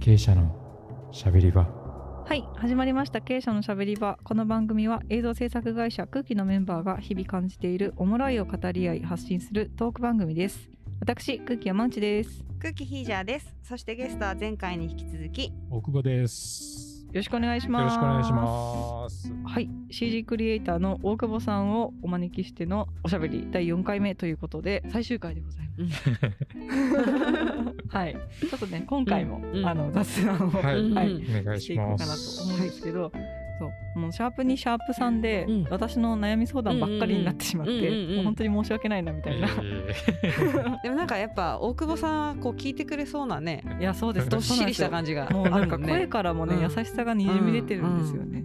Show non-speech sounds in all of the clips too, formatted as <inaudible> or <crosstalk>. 経営者のしゃべり場はい始まりました経営者のしゃべり場この番組は映像制作会社空気のメンバーが日々感じているおもろいを語り合い発信するトーク番組です私空気山内ですよ空気ヒージャーです。そしてゲストは前回に引き続き、奥久保です。ろしくお願いしよますろしくお願いします。はい CG クリエイターの大久保さんをお招きしてのおしゃべり第4回目ということで最終回でござい <laughs> ますはいちょっとね今回も、うんうんあの雑談を、はいうんはいお願いしてしいこうまかなすと。思うんですけど、そうもうシャープにシャープさんで、うん私の悩み相談ばっかりになってしまって、うんうんうんもう本当に申し訳ないなみたいな、えでもなんかやっぱ大久保さんはこう聞いてくれそうなね、いやそうですどっしりした感じがもうなんかあるもん声ねからもね、うん優しさがにじみ出てるんですよね、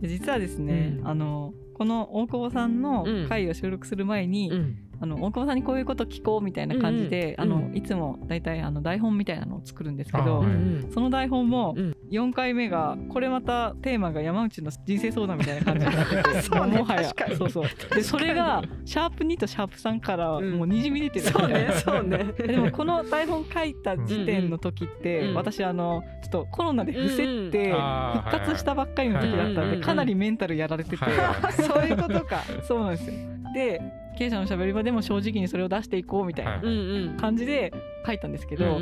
で実はですね、うんあのこの大久保さんのうん回を収録する前に、うんあの大久保さんにこういうこと聞こうみたいな感じで、うんうんあのうんいつも大体あの台本みたいなのを作るんですけあどはういんうんその台本もうん4回目がこれまたテーマが山内の人生相談みたいな感じになっててそうねもはや確かにそうそうでそれがシャープ2とシャープ3からうんもうにじみ出てる、そうね、そうね。でもこの台本書いた時点の時って、うんうん私あのちょっとコロナで伏せてうんあー復活したばっかりの時だったはいんはいでかなりメンタルやられてて、はいはいそういうことか。 <laughs> そうなんですよで経営者のしゃべり場でも正直にそれを出していこうみたいなはいうんうん。感じで書いたんですけうど、んうんう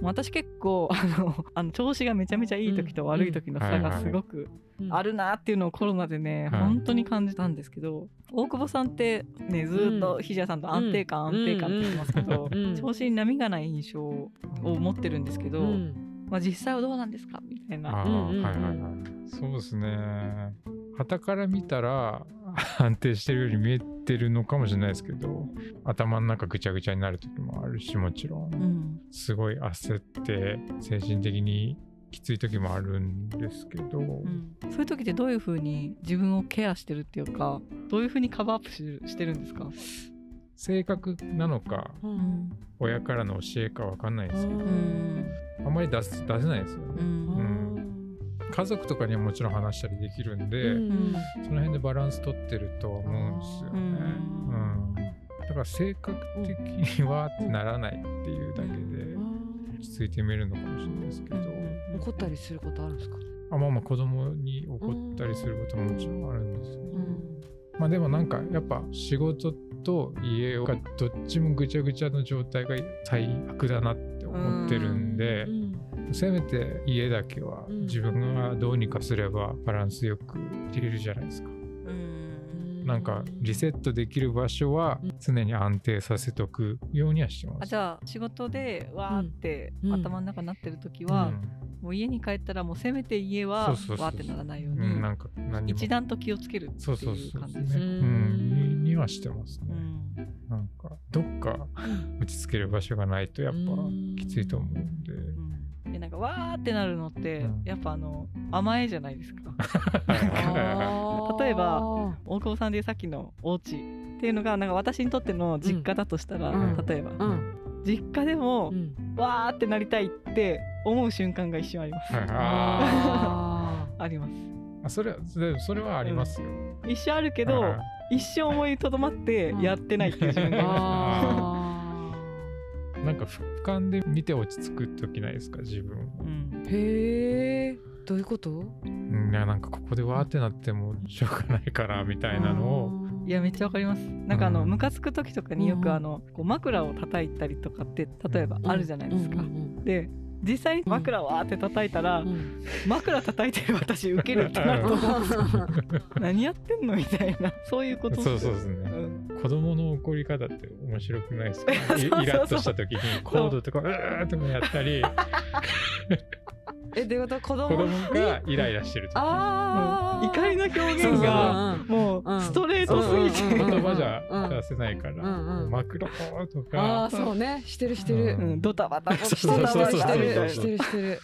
ん私結構あのあの調子がめちゃめちゃいい時と悪い時の差がすごくうんあるなっていうのをコロナでね、はい本当に感じたんですけど大久保さんってねずーっとひじやさんと安定感、うん安定感って言ってますけど、うん調子に波がない印象を持ってるんですけど、うんまあ、実際はどうなんですかみたいあな。ーうんうんうんはいはいはいそうですね。旗から見たら安定してるように見えてるのかもしれないですけど、頭の中ぐちゃぐちゃになる時もあるし、もちろうんんすごい焦って精神的にきつい時もあるんですけど、うんそういう時ってどういうふうに自分をケアしてるっていうかどういうふうにカバーアップししてるんですか、性格なのかうん親からの教えかわかんないですけど、うんあんまり出す出せないですよね。うんん家族とかにはもちろん話したりできるんで、うんその辺でバランス取ってるとは思うんですようね。うんんだから性格的にはってならないっていうだけで落ち着いてみるのかもしれないですけど、怒ったりすることあるんですか。あまあまあ子供に怒ったりすることももちろんあるんですよ。うんまあでもなんかやっぱ仕事と家がどっちもぐちゃぐちゃの状態が最悪だなって思ってるんで、せめて家だけはうん自分がどうにかすればバランスよくいれるじゃないですか。うんなんかリセットできる場所は常に安定させとくようにはしてまあす。じゃあ仕事でわーってうんうん頭の中になってる時うは、んもう家に帰ったらもうせめて家はそわうそうそうーってならないよううに、ん、なんか何も一段と気をつけるってそうそういそうう感そじうねうですね。んににはしてますね、うんなんかどっか落ち着ける場所がないとやっぱきついと思うんで、うんでなんかわーってなるのって、うんやっぱあの甘えじゃない <laughs> ですか例例えば大久保さんでさっきのお家っていうのがなんか私にとっての実家だとしたら、うん例えば、うん実家でもう、ん。わーってなりたいって思う瞬間が一瞬あります、はいああありますーあそれはそれそれはありますよ、一瞬あるけど、はい一生思いとどまってやってないっていう自分ーがいまあなんか俯瞰で見て落ち着く時ないですか自分す、うんー。へえ。どういうこと？うんいやなんかここでわーってなってもしょうがないからみたいなのをいやめっちゃわかりますなんかあのうんムカつく時とかにようくんあのこう枕を叩いたりとかって例えばうんあるじゃないですか、うんで実際に枕をわーって叩いたら、うんうん枕叩いてる私ウケるってなると思うんですよ <laughs> 何やってんのみたいなそういうことそうそううですね、ん子供の怒り方って面白くないですか <laughs> そうそうそうイイラッとした時にコードとかうーとかやったりえどういうこと子子供供がイライラしてる時ああ怒りの表そう現そうがもううんストレートすぎうんうんて、言葉じゃうん出せないから、うんうんマクロとあかあそうねしてるしてるう、うんドタバタそうしてるそうそうしてるそしうてるしてる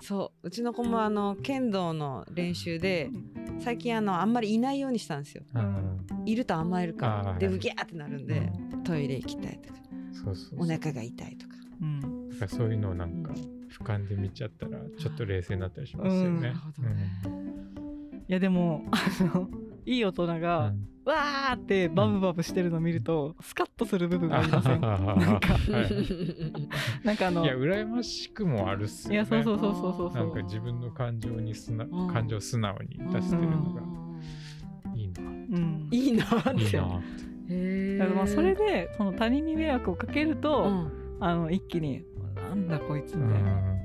そううちの子もあの剣道の練習で最近あのあんまりいないようにしたんですようんいると甘えるかあらーではいうぎゃーってなるんでトイレ行きたいとかそうそうそうお腹が痛いとかうんだからそういうのをなんか俯瞰で見ちゃったらちょっと冷静になったりしますよね。なるほどねいやでもあのいい大人うんがわーってバブバブしてるの見るとスカッとする部分がありませんなんかは <laughs> いなんかあのいや羨ましくもあるっすよいねやそうそうそうそうそうそなんうか自分の感情に素な、うん感情を素直に出してるのがいいな、うんいいなっいいて。なへだからまあそれで、でその他人に迷惑をかけると、うんあの一気に「なんだこいつ」うみたいな「ん。や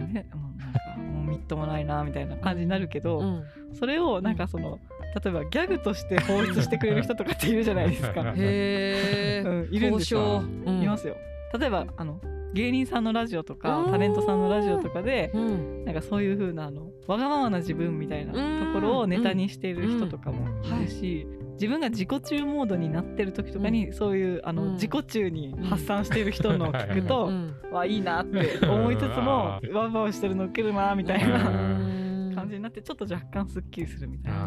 べもうなんかもうみっともないな」みたいな感じになるけど、うんそれをなんかその例えばギャグとして放出してくれる人とかっているじゃないですかへうえ。ん、いるんですよ。交渉うんいますよ。例えばあの芸人さんのラジオとかうんタレントさんのラジオとかでうん。なんかそういう風なあのわがままな自分みたいなところをネタにしている人とかもうんいるし、自分が自己中モードになってる時とかにそういうあの、うん自己中に発散してる人のを聞くと、うんわいいなって思い <laughs> つつもうんワンワンしてるの受けるなみたいうんなうん感じになってちょっと若干すっきりするみたいな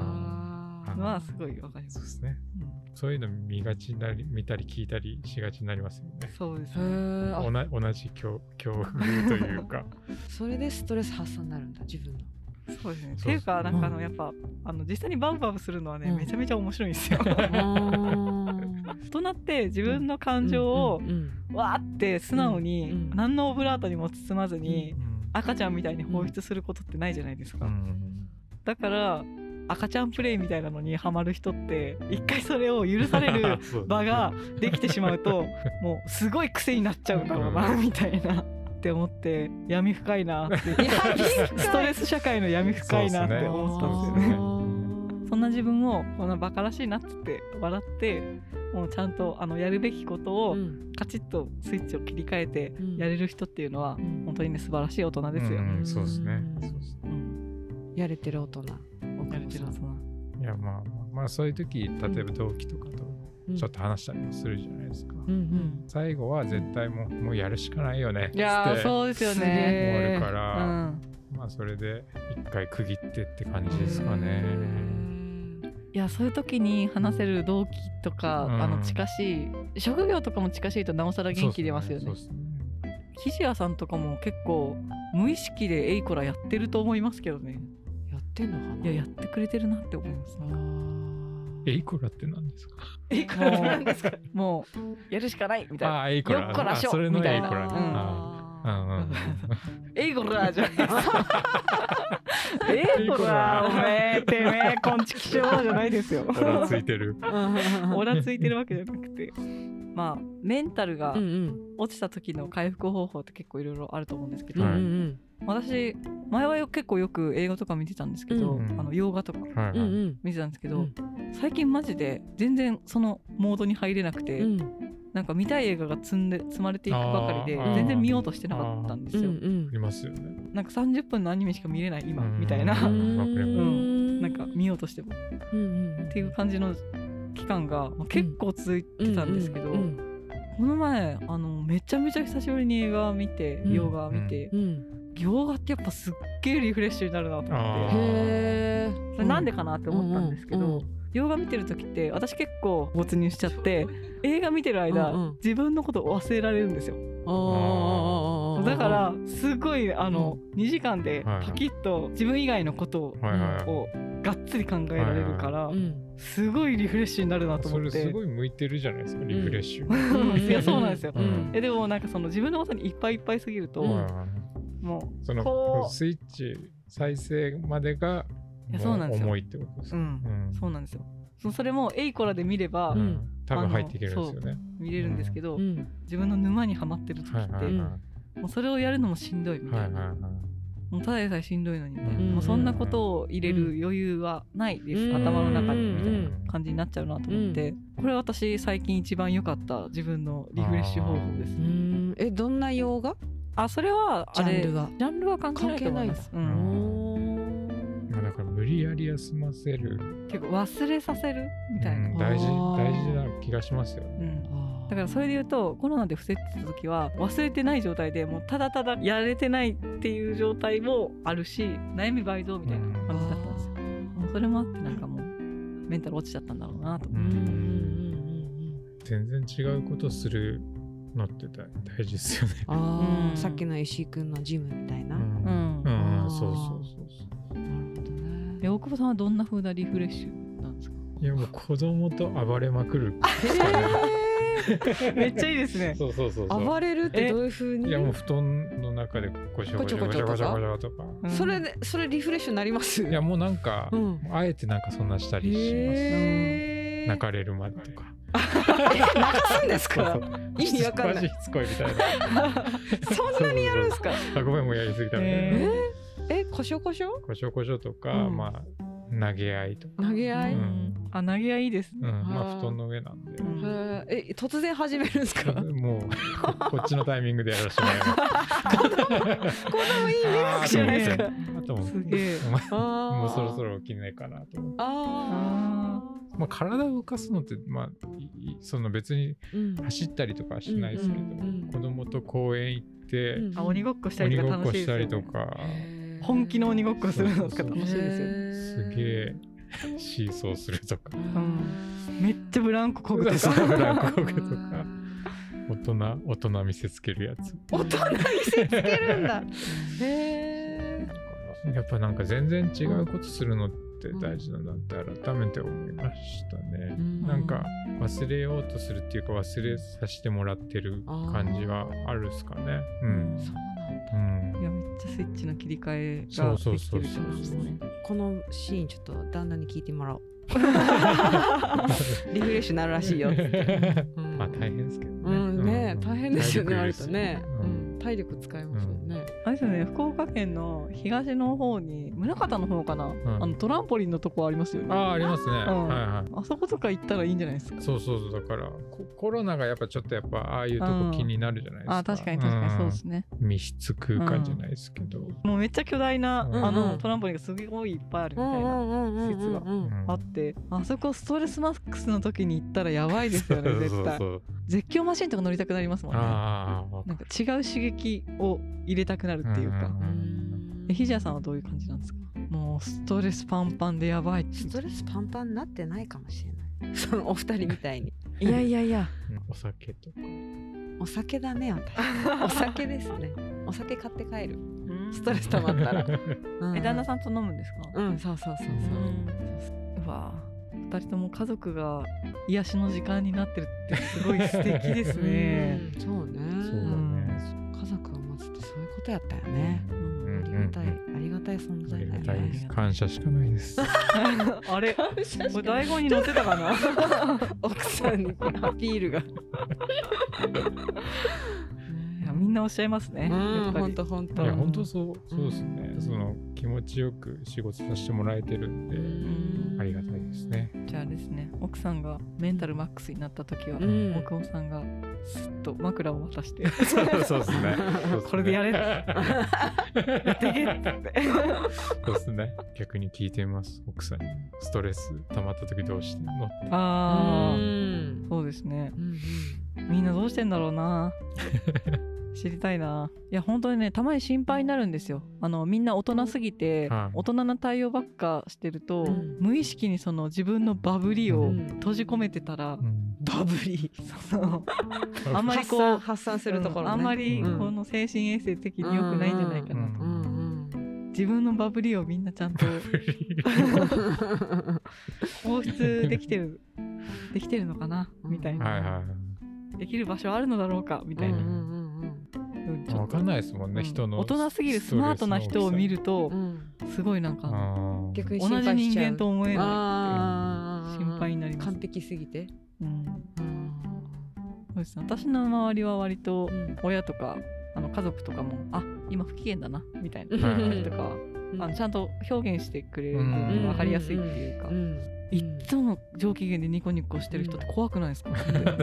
あーのはすごいわかりますそう。ですねそういうの見がちになり見たり聞いたりしがちになりますよねそうですへね。ーおあな同じ境境遇という <laughs> かそれでストレス発散になるんだ自 <laughs> 分の。そうですね。っそうていうかなんかあうのんやっぱあの実際にバブバブするのはねうんめちゃめちゃ面白いん <laughs> ですよ。感となって自分の感情をわーって素直うにん何のオブラートにも包まずにうん赤ちゃんみたいに放出することってないじゃないですか。うんだから赤ちゃんプレイみたいなのにハマる人って一回それを許さ <laughs> れるそう場ができてしまうともうすごい癖になっちゃうんだろうなみたいなって思って闇深いなってストレス社会の闇深いなって思ったんですよね。そんな自分をこんなバカらしいなっつって笑ってもうちゃんとあのやるべきことをカチッとスイッチを切り替えてうんやれる人っていうのはうん本当にね素晴らしい大人ですよ。うんうんそうですねそうですねうんやれてる大人。やれてる大人いやまあまあまあそういう時例えば同期とかとちょっと話したりもするじゃないですか、うんう。うんん最後は絶対もうもうやるしかないよねっつっていやーそうですよね。す終わげーるかうら、ん、まあそれで一回区切ってって感じですかね。いやそういう時に話せる同期とか、うんあの近しい職業とかも近しいとなおさら元気出ますよねそうっすね岸谷さんとかも結構無意識でエイコラやってると思いますけどねやってんのかいな。ややってくれてるなって思います、エ <laughs> イコラって何ですかエイコラって何ですかもうやるしかないみたいなあー、エイコラ。よっこらしょあそれのエイコみたいラ。なあーうんうんうんエイコラじゃないですかエイコラおめえてめえこんちきしょうじゃないですよオラついて <laughs> る。オラついてるわけじゃなくてまあメンタルがうんうん落ちた時の回復方法って結構いろいろあると思うんですけうど、んうはいん私前はよ結構よく映画とか見てたんですけど、うんあの洋画とかはいはうんうい。ん見てたんですけうどん、最近マジで全然そのモードに入れなくて、うんなんか見たい映画が積んで積まれていくばかりであー全然見ようとしてなかったんですうんうよ。んいますよね。なんか30分のアニメしか見れない今うんみたいな、ううんんなんか見ようとしてもうんうんうんっていう感じの期間がまあ結構続いてたんですけど、ううんこの前あのめちゃめちゃ久しぶりに映画見てうん洋画見て、うん洋画ってやっぱすっげえリフレッシュになるなと思っあてーへえそれなんでかなって思ったんですけど、うんうんうん洋画見てる時って私結構没入しちゃって映画見てる間、うんうん自分のことを忘れられるんですよあーだからすごいあの、2時間ではいはいパキッと自分以外のことをはいは。をがっつり考えられるから、うんすごいリフレッシュになるないとそ思れってすごい向いてるじゃないですか、リフレッシュ。うんい <laughs> やそうなんですようんえでもなんかその自分のことにいっぱいいっぱいすぎると、うんはいはいもそこのうスイッチ再生までがいやそうなんですよ重いってことですう、うか。んうんそうなんですよそそれもエイコラで見ればううんん多分入っていけるんですよね。見れるんですけど、うん自分の沼にはまってる時って、はいはいはい。うんもうそれをやるのもしんどいみたいはな、いはいはい。もうただでさえしんどいのにみたいな、うんもうそんなことを入れる余裕はないです、うん頭の中うにんみたいな感じになっちゃうなと思って、これ私最近一番良かった自分のリフレッシュ方法ですう。んえどんな用があそれはあれジャンルはジャンルは関係ないと思います。う係ないん、まあだから無理やり休ませる、結構忘れさせるみたいな。うん大事あー大事な気がしますよね。うんだだからそれで言うとコロナで伏せてた時は忘れてない状態でもうただただやれてないっていう状態もあるし悩み倍増みたいな感じだったんですよ。もうそれもあってなんかもうメンタル落ちちゃったんだろうなとううんんうん全然違うことするのって大大事ですよね。あうんあさっきの石井くんのジムみたいなうなんうんあーそうそうそうそう。るほどねえ大久保さんはどんな風なリフレッシュなんですかいやもう子供と暴れまくる。 <laughs> めっちゃいいですね。そうそうそうそう。暴れるってどういう風にいやもう布団の中でこちょこちょこちょこちょこちょとか。うんそれでそれリフレッシュになりますいやもうなんか、うんあえてなんかそんなしたりします。へー泣かれるまでとか。泣かすんですかそうそう <laughs> 意味わかんないしつこいみたいな。 <laughs> そんなにやるんですかあごめんもうやりすぎたみたいえな。えこしょこしょこちょこちょとか、うんまあ投げ合いとか。投げ合い、ううんんあ投げ合いいいですうんね。まああー布団の上なんで。うんへーえ突然始めるんですかもうこ <laughs> こっちのタイミングでやらせてもらいます。子供いい迷惑じゃないですかあ <laughs> ともうすげえお前あーもうそろそろ起きないかなと思って。あまあ、体を動かすのって、まあ、いいその別にーうん走ったりとかはしないですけど、うんうんうん子供と公園行って、うんあ鬼ごっこしたり鬼とごかっこ楽ししいですたよねりとか、本気の鬼ごっこするのとか楽しいですよね。すげえシーソーするとか、めっちゃブランコこぐとそうブランか。コこぐとか大人大人見せつけるやつ。大人にせつけるん <laughs> だへやっぱなんか全然違うことするのって大事だなって改めて思いましたね。ーなんか忘れようとするっていうか忘れさせてもらってる感じはあるっすかね。うん。そうなんだうんいやめっちゃスイッチの切り替えそがうそうできそてうるってそこうとですね。このシーンちょっと旦那に聞いてもらおうリフレッシュになるらしいよ、う <laughs> んまあ大変ですけどね。うんね大変ですよねあ体力いるるしとね、ううんん、体力使いますもんね、あれですよね福岡県の東の方に宗像の方かな、あのトランポリンのとこありますよあね。あありますね。はいんはあそことか行ったらいいんじゃないですかい。。そうそうそうだからココロナがやっぱちょっとやっぱああいうとこ気になるじゃないですか。あ確かに確かにそうですね。ね。密室空間じゃないですけど。もうめっちゃ巨大な、うんあのトランポリンがすごいいっぱいあるみうたんいな。うんうんうん施設がうんうんあってあそこストレスマックスの時に行ったらやばいですよね絶対そうそうそう絶叫マシンとか乗りたくなりますもんねああなんか違う刺激を入れたくなるっていうか、うんえひじやさんはどういう感じなんですかもうストレスパンパンでやばいストレスパンパンになってないかもしれない <laughs> そのお二人みたいにいやいやいやお酒とかお酒だね私お酒ですねお酒買って帰るストレスパ溜ま <laughs> ったら、うえ旦那さんと飲むんですかうんそうそうそうそううわ2人とも家族が癒しの時間になってるってすごい素敵ですそうねうんそうねそうだね家族を持つってそう <laughs> いうことやったよね、うんありがたい、ありがたい存あ在りがだたよいねです感謝しかないですあれこれ台本に載ってたかな <laughs> 奥さんにアピールがい <laughs> いやみんなおっしゃいますね、やっぱ本り当本い当や本当そうそうですねその気持ちよく仕事させてもらえてるんでありがたいですねじゃああれですね奥さんがメンタルマックスになった時は、う大ん久保さんがすっと枕を渡してそうそうですねこれでやれってけそうですね逆に聞いてみます奥さんにストレス溜まった時どうしてんのってああ、うんそうですねうんみんなどうしてんだろうな知りたいないや本当にねたまに心配になるんですよあのみんな大人すぎて、はい大人な対応ばっかしてると、うん無意識にその自分のバブリうをん閉じ込めてたら、うんバブリそのあんまり発こ散う発散するところ、ねうんあんまりうんこの精神衛生的に良くないんじゃないかなと、ううんうん自分のバブリをみんなちゃんと放出できてるできてるのかなみたいな、はいはいはできる場所あるのだろうかみたいうんな、うんうんいわかんないですもんうねん人の大人すぎるスマートな人を見るとうんうんすごいなんかあー同逆じに心配し人ちゃう間と思えなあー心配になります完璧すぎてい、うんうんそうですね私の周りは割とうん親とかあの家族とかもあ今不機嫌だなみたいなはい時とかはあのちゃんと表現してくれるうのんで分かりやすいっていうか、うんいっつも上機嫌でニコニコしてる人って怖くないですか、確かに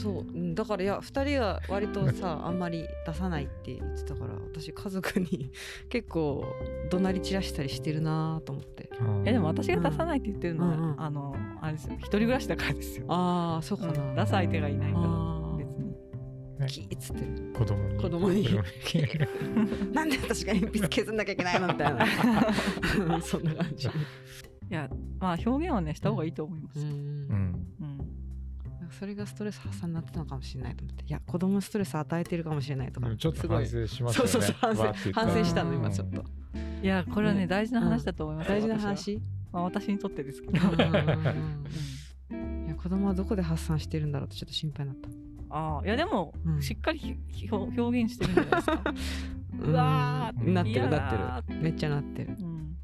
そううんだからいや2人は割とさあんまり出さないって言ってたから私家族に結構怒鳴り散らしたりしてるなと思ってえでも私が出さないって言ってるのは、うんうんあのあれですよ一人暮らしだからですよ、ああそうかうな、ん出す相手がいないかあらー別にキーっつってる子供に子供に子供になんで私が鉛筆削んなきゃいけないのみたいな <laughs> そんな感じいやまあ表現はねした方がいいと思います、ううんんうんそれがストレス発散になってたのかもしれないと思っていや子供にストレス与えてるかもしれないとでかもちょっすとごい反省しますそようね。そうそう反省わーって言ったら反省したの今ちょっといやこれはね、ね大事な話だと思いますよ、大事な私は話まあ、私にとってですけど、うんうんいや子供はどこで発散してるんだろうってちょっと心配になった。ああいやでも、うんしっかりひひょ表現してるんじゃないですか、うわーうんなって嫌るだーなってるめっちゃなってる。うん、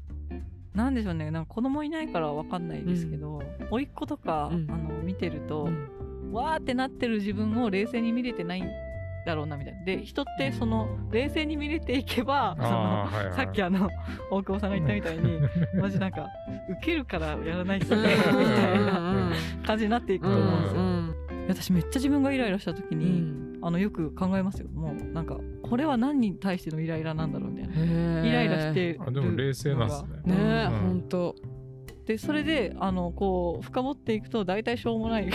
なんでしょうねなんか子供いないからわかんないですけど、甥っ子とか、うんあの見てると、うんわーってなってる自分を冷静に見れてないんだろうなみたいなで人ってその冷静に見れていけばそのあーはいはいさっきあの大久保さんが言ったみたい <laughs> にマジなんかウケるからやらないっすねみうんたいなうん感じになっていくうとんう思うんんですうよ。ん私めっちゃ自分がイライラした時うに、んあのよく考えますよもうなんかこれは何に対してのイライラなんだろうみたいな。イイライラしてるあでも冷静なんですねねえ、うんほんとでそれであのこう深掘っていくと大体しょうもないこ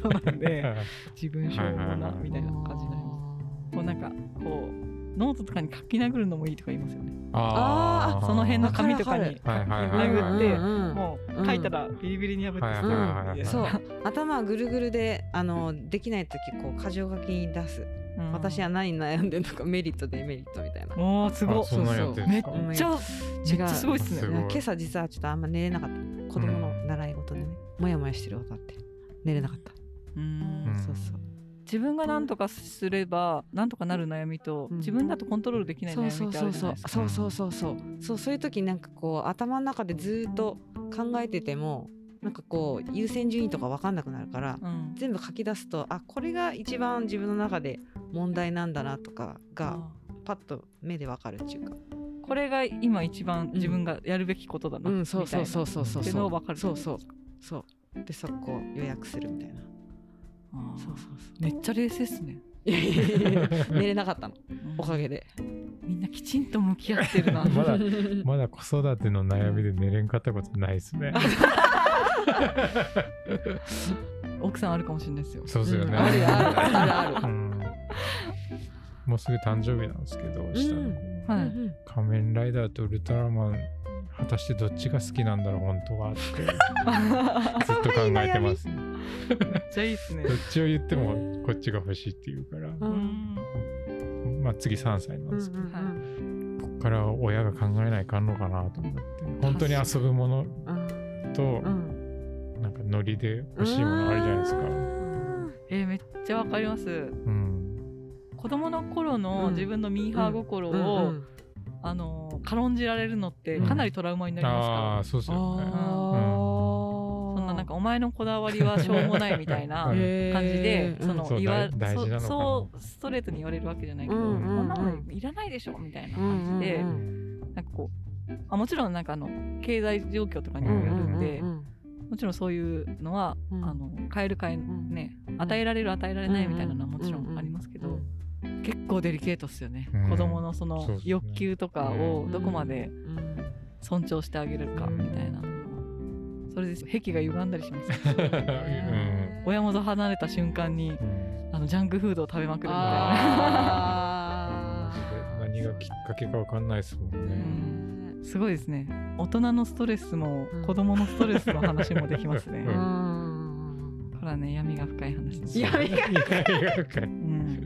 となんで自分しょうもなみたいな感じになります。こうなんかこうノートとかに書き殴るのもいいとか言いますよね。あその辺の紙とかわに書きかるわかる殴ってうんうんうんもううん書いたらビリビリに破ってはいはいはい捨はているそう <laughs> 頭ぐるぐるであのできない時こう箇条書きに出す、うん私は何に悩んでるのかメリットデメリットみたいなもうすごあいそんなんやってるんですかそうそうめっちゃめっ違うちゃすごいっすねすごいや今朝実はちょっとあんま寝れなかった子供の習い事でね、もやもやしてることあって寝れなかった、うんんそうそう自分が何とかすれば何とかなる悩みとうん自分だとコントロールできないそ悩みうってあそるうじゃないうそですかそうそうそうそうそうそうそういう時なんかこう頭の中でずーっと考えててもなんかこう優先順位とか分かんなくなるからうん全部書き出すとあこれが一番自分の中で問題なんだなとかがパッと目で分かるっていうかこれが今一番ん自分がやるべきことだなみたいなうそうそうってのを分かるそうそうそうでそこを予約するみたいなあーそうそうそうめっちゃ冷静っすねいやいやいや寝れなかったのおかげでみんなきちんと向き合ってる <laughs> なまだまだ子育ての悩みで寝れんかったことないですね。奥さんあるかもしれないですよそうですようんね。あるよあるあるあうるんもうすぐ誕生日なんですけど、下の子はういんうん仮面ライダーとウルトラマン、果たしてどっちが好きなんだろう、本当はって、ずっと考えて <laughs> ます。めっちゃいいっすねどっちを言ってもこっちが欲しいって言うから、ううんんまあ次3歳なんうんですけうんど、こっから親が考えないかんのかなと思って、本当に遊ぶものとう、んなんかノリで欲しいものあるじゃないですか。えーめっちゃわかりますうん。子供の頃の自分のミーハー心を、うんあのー軽んじられるのってかなりトラウマになりますから、ああ、そうですよね。あーそんななんかお前のこだわりはしょうもないみたい <laughs> なうん感じでへ、ーそのそう言わ大大事なのかなそそうストレートに言われるわけじゃないけど、うんうんうんこんなのいらないでしょみたいな感じで、うんなんかこうあもちろんなんかあの経済状況とかにもよるんで、うんうんもちろんそういうのは、うんあの変える変えんね、ん与えられる与えられうんないみたいなのはもちろんありますけど、うん結構デリケートっすよね、うん子供のそのそうっすね欲求とかをうんどこまでうんうん尊重してあげるかみたいなのもそれで癖が歪んだりします <laughs> ようん親元離れた瞬間にうんあのジャンクフードを食べまくるみたいなあーマジで何がきっかけかわかんないですもんうね。<laughs> んすごいですね大人のストレスもうん子供のストレスの話もできますね、うこんれはね闇が深い話です、いやいやいやいやうん、うん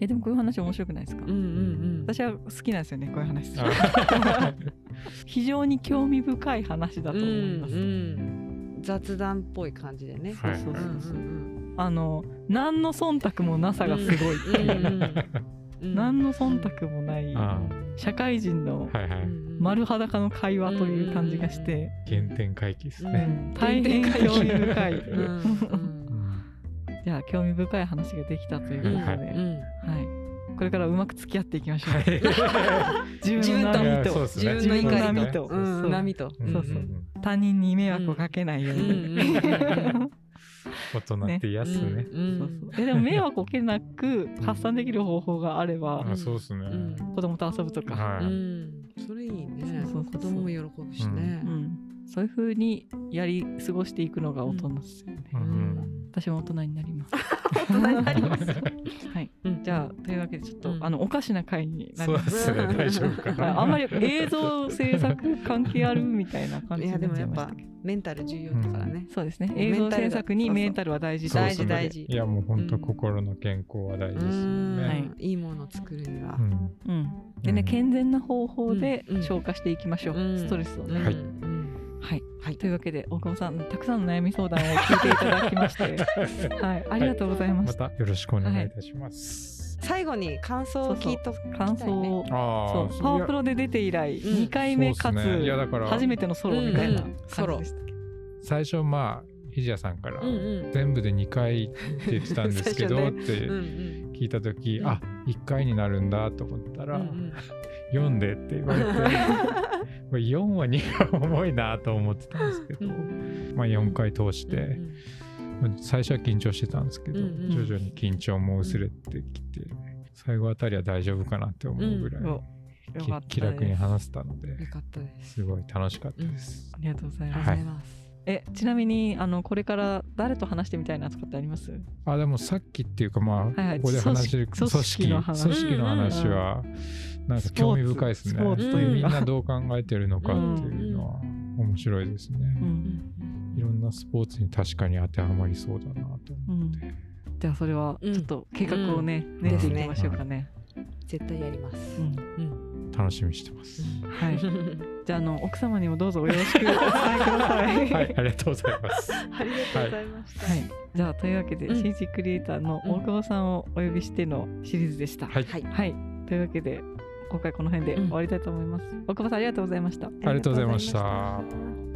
えでもこういう話面白くないですか、うんうん私は好きなんですよねこういう話するあ非常に興味深い話だと思います、うんうん雑談っぽい感じでね。はいそうそううそんうそう、うんあの何の忖度もなさがすごい、うんうん何の忖度もないあ社会人のはいはうんうい。ん丸裸の会話という感じがして、原点回帰ですうんね。大変興味深い、うんうんじゃあ興味深い話ができたということうんで、はうはいんこれからうまく付き合っていきましょう、はい自分のい波やそうとですね自分の怒り自と分のうん波と。波そとうそうんん他人に迷惑をかけないよううんに、うんうん大人って癒すね。うんそうそうえでも迷惑をかけなく発散できる方法があれば、あそうですね。うん子供と遊ぶとか、うはんそれいいね。そうそうそう子供も喜ぶしねう。ん、そういう風にやり過ごしていくのが大人ですよね、い。うん私も大人になります。大人になります。はい、うん <laughs> じゃあというわけでちょっと、うんあのおかしな回にな <laughs> そりうま。ですすね。大丈夫かはいな。 <laughs> あんまり映像制作関係あるみたいな感じいやにでなっもちゃやいっましぱたけど。メンタル重要だからね。そうですね。メ映ンタル像が制作にそうそうメンタルは大事そう大です事ね大事。いやもう本当心の健康は大事うですよね。んいいものを作るにはう。んうん。でね、うん <laughs> 健全な方法でうん消化していきましょう。うんストレスをね。はいうんはい、はいというわけで大久保さんたくさんの悩み相談を聞いていただきま <laughs> して、はい、ありがとうございま。ますたよろしくお願いいたします。最後に感想を聞いと感想を、あそあうパワプロで出て以来うん2回目かつ、そうっすねいやだから初めてのソロみたいなうんうん感ソじロでしたっけ、最初まあひじやさんから、うんうん全部で2回って言ってたんですけど、 <laughs> 最っ初てうんうん聞いた時、うんあ1回になるんだと思ったうら、んうん読んでって言われてこれ4は2が重いなと思ってたんですけど、まあ、4回通して、まあ最初は緊張してたんですけど、うんうん徐々に緊張も薄れてきて最後あたりは大丈夫かなって思うぐらい、うんおよきかったです気楽に話せたのでよかったです。すごい楽しかったですあ。りがとうございあります、がとうございます。えちなみにあのこれから誰と話してみたいなとかってありますあでもさっきっていうかまあ、はいはいここで話してる組織組の織話組織の話はなんか興味深いですスねポーツスポーツうとんいみうんかなどう考えてるのかっていうのは面白いですね、うんいろんなスポーツに確かに当てはまりそうだなとうんじゃあそれはうんちょっと計画をね、ん練っていきましょうかね、絶対やります。うんうん楽しみにしてます、はい <laughs> じゃああの奥様にもどうぞよろしくお伝えくださいはいありがとうござい <laughs> ます <laughs> ありがとうございました。はい、じゃあというわけで、うん CG クリエイターの大久保さんをお呼びしてのシリーズでした。はいはいはい、というわけで今回この辺でうん終わりたいと思います。大久保さんありがとうございました。ありがとうございましたありがとうございました